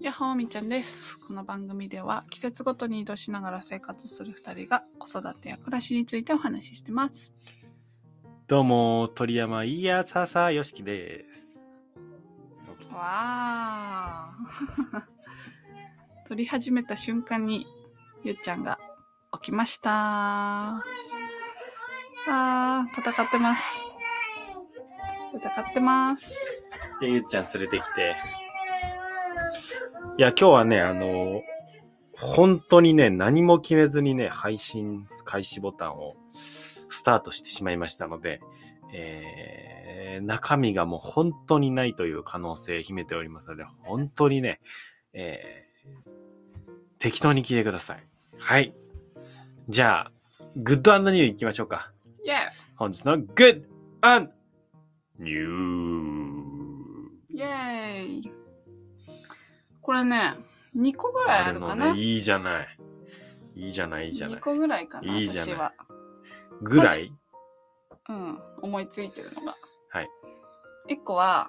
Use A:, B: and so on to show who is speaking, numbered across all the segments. A: やっほーみーちゃんです。この番組では季節ごとに移動しながら生活する2人が子育てや暮らしについてお話ししてます。
B: どうも、鳥山いやささよしきです。
A: わー。撮り始めた瞬間にゆうちゃんが起きました。あー、戦ってます。戦ってます。
B: で、ゆっちゃん連れてきて。いや、今日はね、あの、本当にね、何も決めずにね、配信開始ボタンをスタートしてしまいましたので、えー、中身がもう本当にないという可能性秘めておりますので、本当にね、えー、適当に聞いてください。はい。じゃあ、グッドニュー行きましょうか。
A: イェ
B: 本日の Good and New
A: イイェーイこれね、2個ぐらいあるかな、
B: ね、いいじゃないいいじゃないいいじゃな
A: 2
B: い
A: 個ぐらいかな、
B: いいじゃない
A: 私は。
B: ぐらい
A: うん、思いついてるのが。
B: はい。
A: 一個は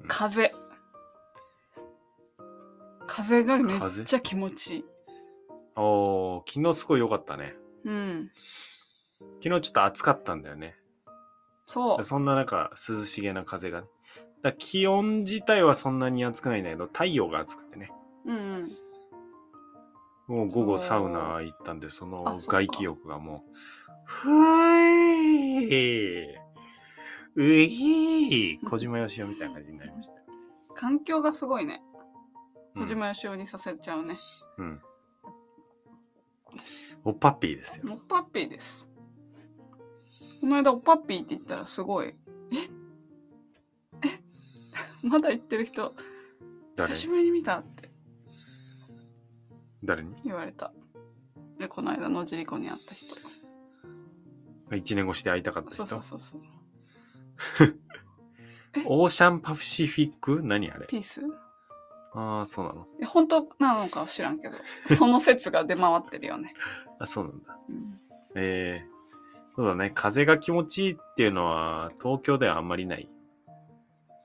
B: う、ん
A: 風。風がめっち
B: 風
A: ゃ気持ちいい。
B: おー昨日すごい良かったね
A: うん。
B: 昨日ちょっと暑かったんだよね
A: そう。
B: そんな中涼しげな風がだから気温自体はそんなに暑くないんだけど太陽が暑くてね
A: うんうん。
B: もう午
A: お
B: 後
A: ー
B: サウナ行ったんでそ
A: あそ
B: の
A: っか
B: 外気浴がもうふえーうえー小島よしおみたいな感じになりましたよ
A: 環境がすごいね。
B: うん
A: 小島よしおにさせちゃうね。
B: うん。おっぱっぴーですよ。
A: もっぱっぴーです。この間、おっぱっぴーって言ったらすごい。ええ まだ言ってる人、
B: 誰
A: 久しぶりに見たって
B: 誰に
A: 言われた。で、この間、野尻湖に会った人。
B: ?1 年越しで会いたかった
A: そ
B: 人
A: うそうそうそう。
B: オーシャンパシフィック何あれ
A: ピース
B: ああ、そうなの。
A: いや本当なのかは知らんけど、その説が出回ってるよね。
B: あ、そうなんだ。
A: うん
B: えー、そうだね。風が気持ちいいっていうのは、東京ではあんまりない。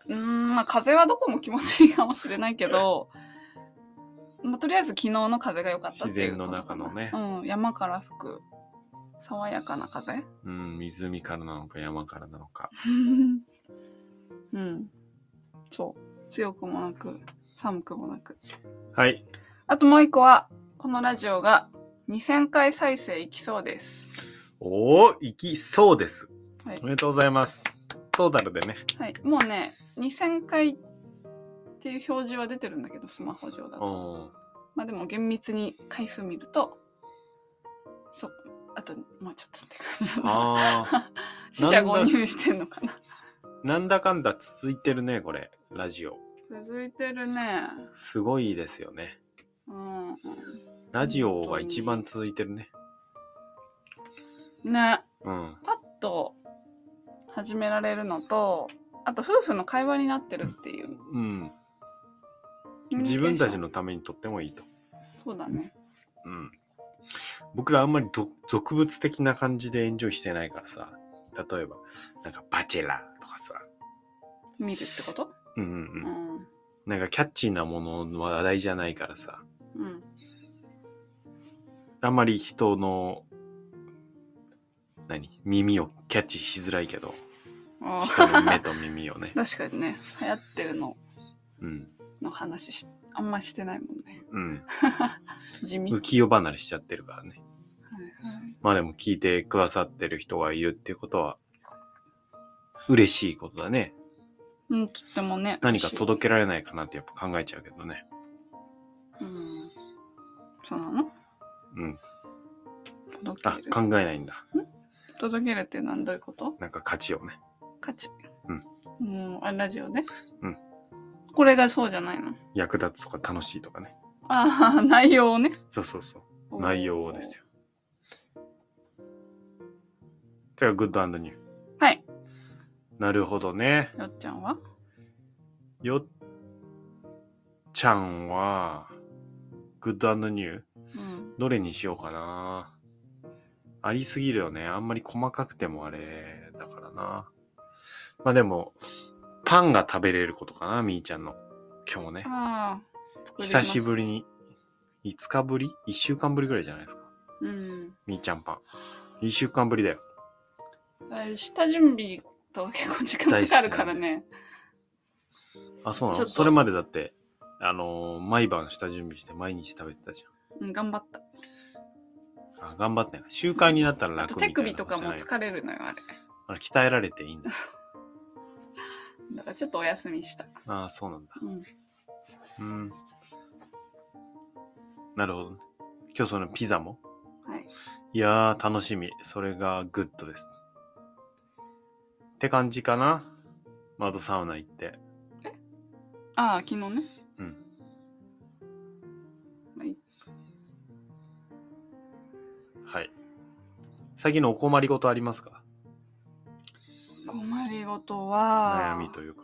A: うーん、まあ風はどこも気持ちいいかもしれないけど、まあ、とりあえず昨日の風が良かったっていうことかな
B: 自然の中のね
A: うん、山から吹く爽やかな風。
B: うん、湖からなのか山からなのか。
A: うん、そう。強くもなく、寒くもなく。
B: はい。
A: あともう一個は、このラジオが2000回再生いきそうです。
B: おお、行きそうです。
A: はい
B: おめでとうございます。トータルでね。
A: はい、もうね、2000回っていう表示は出てるんだけど、スマホ上だ
B: お
A: と。
B: お
A: まあでも厳密に回数見ると、そう、あともうちょっとって感じ
B: ー。
A: なんだ。
B: ああ、
A: 死者誤入してんのか な。
B: なんだかんだ続いてるね、これ。ラジオ。
A: 続いてるね。
B: すごいですよね。
A: うんう
B: ラジオが一番続いてるね。
A: ん。ね、
B: うん。
A: パッと始められるのと、あと夫婦の会話になってるっていう。
B: うん。自分たち
A: コミュニケーショ
B: の
A: ン。
B: ためにとってもいいと。
A: そうだね。
B: うん。僕らあんまりど俗物的な感じでエンジョイしてないからさ。例えば、なんかバチェラーとかさ。
A: 見るってこと
B: うんう
A: うん
B: うん。
A: ん。
B: なんかキャッチーなものの話題じゃないからさ。
A: うん。
B: あんまり人の、何耳をキャッチしづらいけど、
A: あ
B: 人の目
A: ー。
B: と耳をね
A: 確かにね、流行ってるの
B: うん。
A: の話しあんましてないもんね。
B: うん。
A: 地味。はい
B: 浮世離れしちゃってるからね。
A: はい
B: まあでも聞いてくださってる人がいるっていうことは、嬉しいことだね。
A: うん、とってもね。
B: 何か届けられないかなってやっぱ考えちゃうけどね。
A: け。うん。そうなの
B: うん。
A: 届
B: あ
A: ける、。
B: 考えないんだ。
A: 届けるって何どういうこと
B: なんか価値をね。
A: 価値。
B: うん。
A: うん、あラジオね。
B: うん。
A: これがそうじゃないの。
B: 役立つとか楽しいとかね。
A: ああ、 内容をね。
B: そうそうそう。内容をですよ。じゃあ、グッドニュー。
A: はい。
B: なるほどね。
A: よっちゃんは
B: よっちゃんは、グッドニュー
A: うん。
B: どれにしようかな。ありすぎるよね。あんまり細かくてもあれだからな。まあでも、パンが食べれることかな、みーちゃんの。今日もね。
A: ああ、作ります
B: 久しぶりに、5日ぶり ?1 週間ぶりぐらいじゃないですか。
A: うん。
B: みーちゃんパン。1週間ぶりだよ。
A: あれ下準備と結構時間かかるからね。
B: あ、そうな
A: ちょっ
B: の
A: と
B: それまでだって、あのー毎晩下準備して毎日食べてたじ
A: うん、頑張った。
B: ゃん。あ頑張ってね。習慣になったら
A: あ
B: 楽
A: と
B: みたい
A: 手
B: な
A: 首とか
B: 話じゃ
A: も
B: ない
A: 疲れるのよ、あれ。
B: あの鍛えられていいんだ。
A: だからちょっとお休みした。
B: ああ、そうなんだ。
A: うん。
B: うん。なるほどね。今日そのピザも
A: はい。
B: いやー、楽しみ。それがグッドです。って感じかな。窓サウナ行って。
A: ああ、昨日ね。
B: うん。
A: はい。
B: はい。最近のお困りごとありますか
A: 困りごとは、
B: 悩みというか。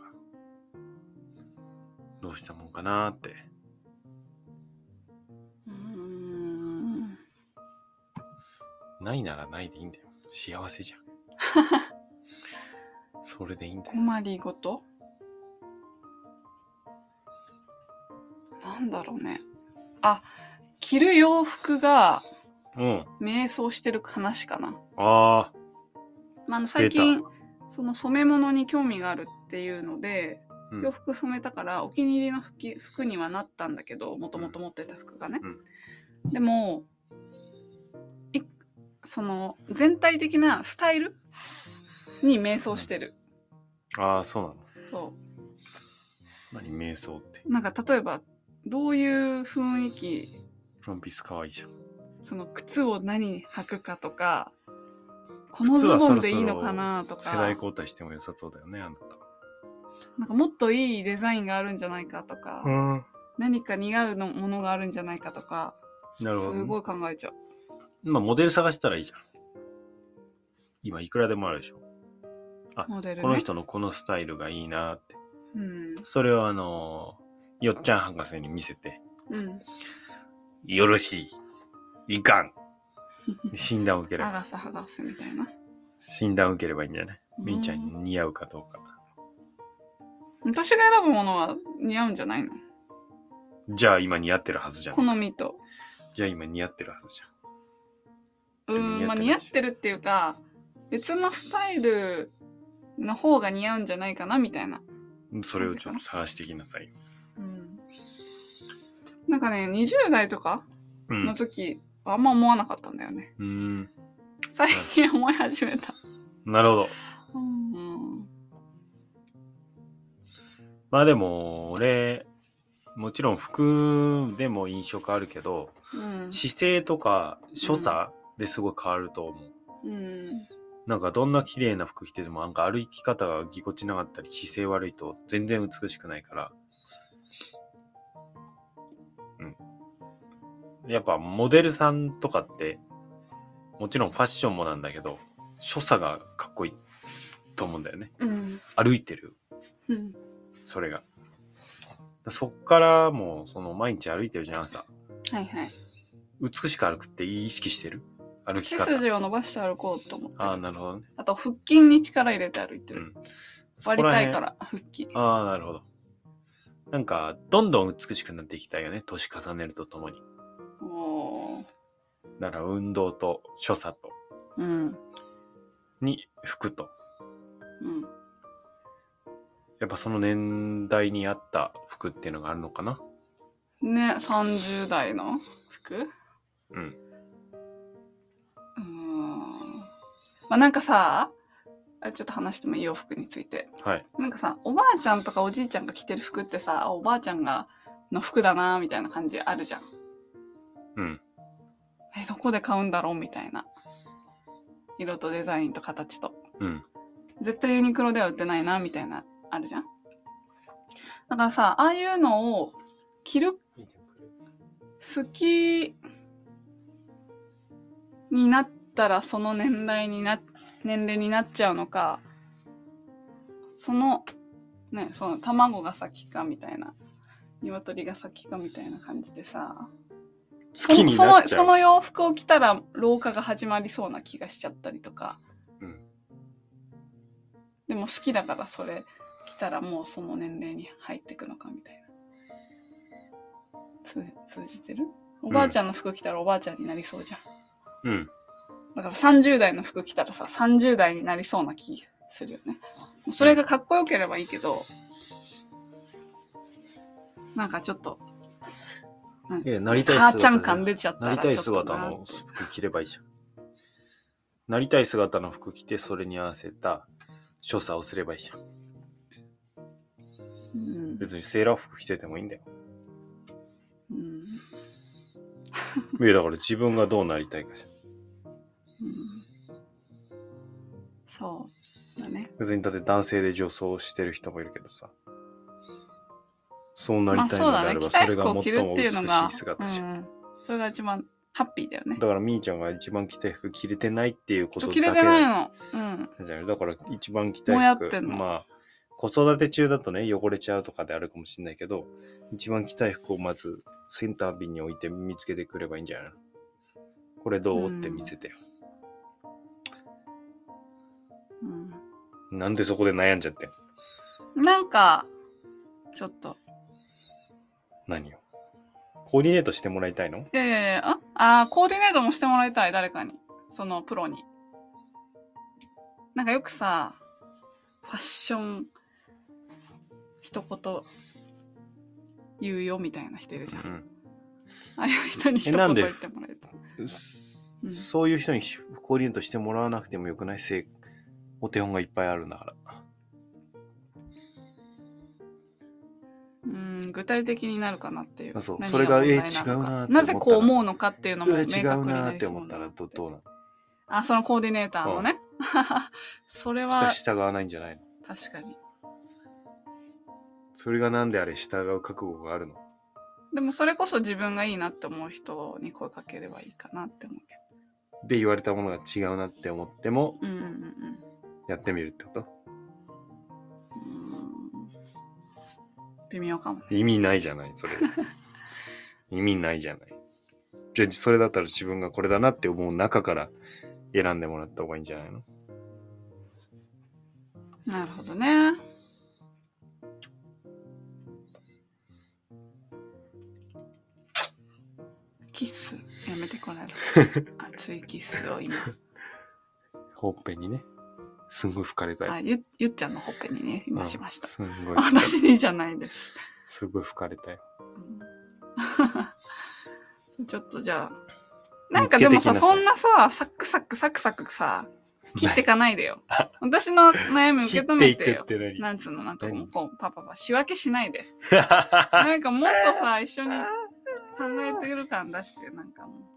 B: どうしたもんかなーって。
A: うーん。
B: ないならないでいいんだよ。幸 せじゃん。それでいいんだよ。
A: 困りごとなんだろうね。あ、着る洋服が
B: うん。
A: 迷走してる話かな。
B: あ
A: まあ、あの
B: 出
A: 最
B: た
A: 近、その染め物に興味があるっていうので、
B: ー。うん
A: 洋服染めたからお気に入りの服き服にはなったんだけどもともと持ってた服がね、でもいその全体的なスタイルに迷走してる、
B: ああ、そうなの。
A: そ
B: 何瞑想って。
A: うなんか例えばどういう雰囲気
B: ワンピース可愛いじゃん。
A: その靴を何に履くかとかこのズボンでいいのかなと
B: 世
A: か
B: 代交代しても良さそうだよね、あな
A: なんかもっといいデザインがあるんじゃないかとか、
B: た。ん。
A: 何か似合うのものがあるんじゃないかとか
B: なるほど、ね。
A: すごい考えちゃう
B: まあ、モデル探したらいいじゃん。今、いくらでもあるでしょ。
A: モデル、ね、
B: この人のこのスタイルがいいなって。
A: うん
B: それをあのーよっちゃん博士に見せて、
A: うん
B: よろしい、いかん。診断を受ければ、
A: 長さ 剥がすみたいな。
B: 診断を受ければいいんじゃないみーちゃん
A: う
B: に似合うかどうか。
A: 私が選ぶものは似合うんじゃないの
B: じゃあ今似合ってるはずじゃん。
A: 好みと。
B: じゃあ今似合ってるはずじゃん。
A: うーん、まあ似
B: 似
A: 合
B: 合
A: っ
B: ってて
A: るっていうか、別のスタイルの方が似合うんじゃないかなみたいな。
B: それをちょっと探していきなさい。
A: うん。なんかね、20代とか
B: う
A: の
B: ん。
A: 時、あんま思わなかったんだよね。
B: うん。
A: 最近思い始めた。
B: なるほど。
A: うん。
B: まあでも、俺、もちろん服でも印象変わるけど、
A: うん。
B: 姿勢とか所作ですごい変わると思う。
A: うん。
B: なんかどんな綺麗な服着ててもなんか歩き方がぎこちなかったり姿勢悪いと全然美しくないから。うん。やっぱモデルさんとかってもちろんファッションもなんだけど所作がかっこいいと思うんだよね。
A: うん。
B: 歩いてる。
A: うん。
B: それが。そっからもうその毎日歩いてるじゃん朝。
A: はいはい。
B: 美しく歩くって意識してる歩き
A: 背
B: 方。
A: 筋を伸ばして歩こうと思って
B: ああ、
A: る。
B: なるほどね。
A: あと腹筋に力入れて歩いて
B: う
A: る。
B: ん。
A: 割りたい
B: そこら辺
A: から、腹筋。
B: ああ、なるほど。なんか、どんどん美しくなっていきたいよね。年重ねるとともに。
A: おー
B: だから、運動と、所作と、
A: うん。
B: に、服と。
A: うん。
B: やっぱその年代に合った服っていうのがあるのかな。
A: ね、30代の服う
B: うん。
A: ーん。まあ、なんかさ、あちょっと話してもいい洋服について。
B: はい。
A: なんかさ、おばあちゃんとかおじいちゃんが着てる服ってさ、あおばあちゃんがの服だなみたいな感じあるじゃん。
B: うん。
A: え、どこで買うんだろうみたいな。色とデザインと形と。
B: うん。
A: 絶対ユニクロでは売ってないなみたいな、あるじゃん。だからさ、ああいうのを着る好きになったらその年代にな年齢になっちゃうのかそのねその卵が先かみたいな鶏が先かみたいな感じでさ
B: 好きに
A: そ
B: なっ
A: の
B: ち
A: そ
B: ゃう。
A: の洋服を着たら老化が始まりそうな気がしちゃったりとか
B: うん。
A: でも好きだからそれ着たらもうその年齢に入ってくのかみたいな通通じてるおばあちゃんの服着たらおばあちゃんになりそうじゃん。
B: うん。
A: だから30代の服着たらさ、30代になりそうな気するよね。それがかっこよければいいけど、なんかちょっと、
B: いや、なりたい
A: 母
B: 姿
A: ちゃん感出ちゃった
B: な
A: ら
B: り
A: ちょっと
B: たい姿の服着ればいいじゃん。なりたい姿の服着て、それに合わせた所作をすればいいじゃん。
A: うん。
B: 別にセーラー服着ててもいいんだよ。
A: うん。
B: いや、だから自分がどうなりたいかじゃん。
A: うん。そう。だね。
B: 別にだって男性で女装してる人もいるけどさ。そうな
A: ま
B: り
A: あ
B: たい
A: そう
B: のであ
A: だね。
B: れば、
A: 着
B: そ
A: たい
B: れが
A: 服を着
B: 最
A: る
B: も
A: ってい
B: 美
A: うの
B: し
A: が
B: い、姿じゃん。
A: うん。それが一番ハッピーだよね。
B: だからみーちゃんが一番着たい服着れてないっていうこ
A: ち
B: と
A: ょ
B: だ
A: 着
B: け
A: れてないの。うん。
B: じゃないだから一番着た
A: もや
B: い
A: っ
B: 服
A: てんの
B: まあ子育て中だとね汚れちゃうとかであるかもしれないけど一番着たい服をまずセンター瓶に置いて見つけてくればいいんじゃないのこれどうって見せてよ、
A: うん
B: なんでそこで悩んじゃってん
A: なんか、ちょっと。
B: 何をコーディネートしてもらいたいの
A: いやいやいや、ああー、コーディネートもしてもらいたい、誰かに。そのプロに。なんかよくさ、ファッション、一言言うよみたいな人いるじゃん。ああいう人に一
B: え
A: 言
B: なんで
A: 言ってもらえた
B: うんそういう人にコーディネートしてもらわなくてもよくないせいお手本がいっぱいあるんだから
A: うん、具体的になるかなっていう。
B: あそう
A: 何
B: それが
A: 問題のか
B: え違うなーって思ったら
A: なぜこう思うのかっていうの
B: う
A: も
B: わ
A: 明
B: 違
A: 確に
B: うな
A: な
B: ーっ
A: り
B: て
A: そう
B: 思ったらどどうなの
A: あ、そのコーディネーターのね。 それは
B: 下従わないんじゃないの
A: 確かに。
B: それがなんであれ従う覚悟があるの
A: でもそれこそ自分がいいなって思う人に声かければいいかなって思うけ
B: で言われたものが違うなって思っても
A: ど。うんうんうん
B: やってみるってこと
A: うん。うーん微妙かもね。
B: 意味ないじゃない それ意味ないじゃないじゃあそれだったら自分がこれだなって思う中から選んでもらった方がいいんじゃないの
A: なるほどね。キスやめてこ られる熱いキスを今
B: ほっぺにねすんごい吹かれたい
A: あゆゆっちゃんのほっぺにね今しました、
B: うんすんごい
A: あ私にじゃないです、
B: すごい吹かれたい
A: うん ちょっとじゃあなんかでもさ
B: 見つけてきなさい
A: そんなさサクサクサクサクさ切ってかないでよ私の悩み受け止めてよ
B: 切っていくって
A: なんつうのなんかもう
B: 何
A: こうパパパ仕分けしないで
B: 何
A: なんかもっとさ一緒に考えてる感出してなんかも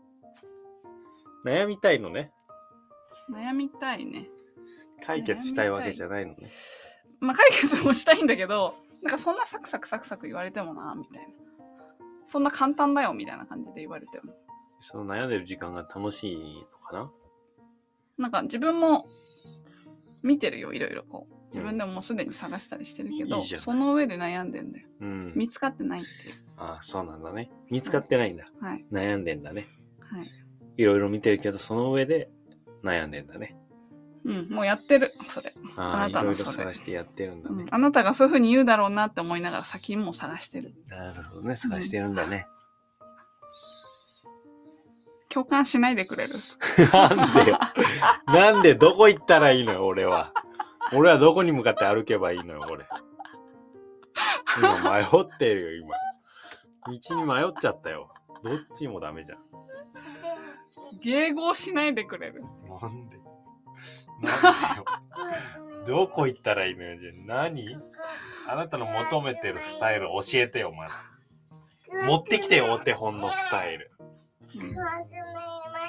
B: 悩みたいのね
A: う悩みたいね
B: 解決したいわけじゃないのね
A: まあ解決もしたいんだけどなんかそんなサクサクサクサク言われてもなみたいなそんな簡単だよみたいな感じで言われても
B: その悩んでる時間が楽しいのかな
A: なんか自分も見てるよいろいろこう自分でももうすでに探したりしてるけど、
B: いいじゃない
A: その上で悩んでんだよ
B: うん
A: 見つかってないっていう
B: ああそうなんだね見つかってないんだ
A: はい
B: 悩んでんだね
A: はい
B: いろいろ見てるけど、その上で悩んでんだね。
A: うんもうやってるそれ、
B: ああ、
A: あ
B: い
A: なた
B: ろ
A: の
B: いろ
A: それ
B: 探してやってるんだ
A: うん
B: ね。
A: あなたがそういうふうに言うだろうなって思いながら先も探してる
B: なるほどね、探してるんだね。
A: 共感しないでくれる
B: なん でよ。なんでどこ行ったらいいのよ、俺は。俺はどこに向かって歩けばいいのよ、俺。今迷ってるよ、今。道に迷っちゃったよ。どっちもダメじゃん。
A: 迎合しないでくれる
B: なんでなんでよ。どこ行ったらいいのよ、じゃあ何あなたの求めてるスタイル教えてよ、まず。持ってきてよ、お手本のスタイル。
A: うん
C: まとめま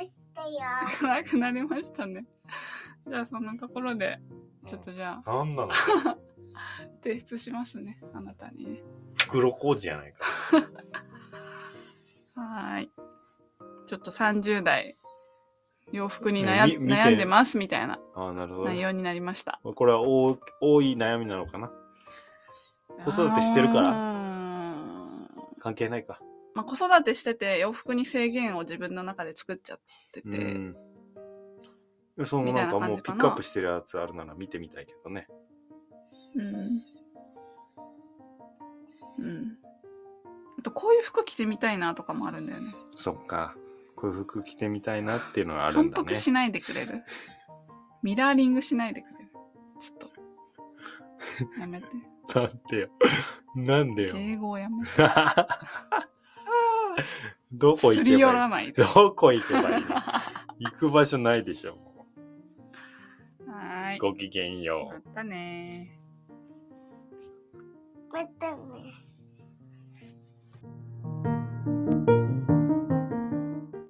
C: したよ。
A: 暗くなりましたね じゃあそんなところでちょっとじゃあ
B: なんなの
A: 提出しますねあなたにね
B: 袋小路やないか。
A: はーい。ちょっと30代、洋服に悩
B: み見て
A: 悩んでますみたいな
B: ああ、なるほ
A: 内容になりました。
B: ど。これは多多い悩みなのかな子育てしてるから
A: うーん
B: 関係ないか。
A: まあ、子育てしてて洋服に制限を自分の中で作っちゃってて、
B: うん。その
A: みたい
B: な
A: なん
B: か
A: 感
B: もう
A: じ
B: ピ
A: かな
B: ックアップしてるやつあるなら見てみたいけどね。
A: うん。うん。あとこういう服着てみたいなとかもあるんだよね。
B: そっか。こういう服着てみたいなっていうのはあるん
A: 反
B: だね
A: 復。しないでくれるミラーリングしないでくれるちょっと。やめて。
B: なんでよ。なんでよ。
A: 敬語をやめて。
B: どこ
A: す
B: 行けばい
A: り
B: い
A: 寄らないで。は
B: どこ行けばいいの行く場所ないでしょ。も
A: ー
B: う
A: い。
B: ごきげんよう
A: ま。たねー。
C: またね。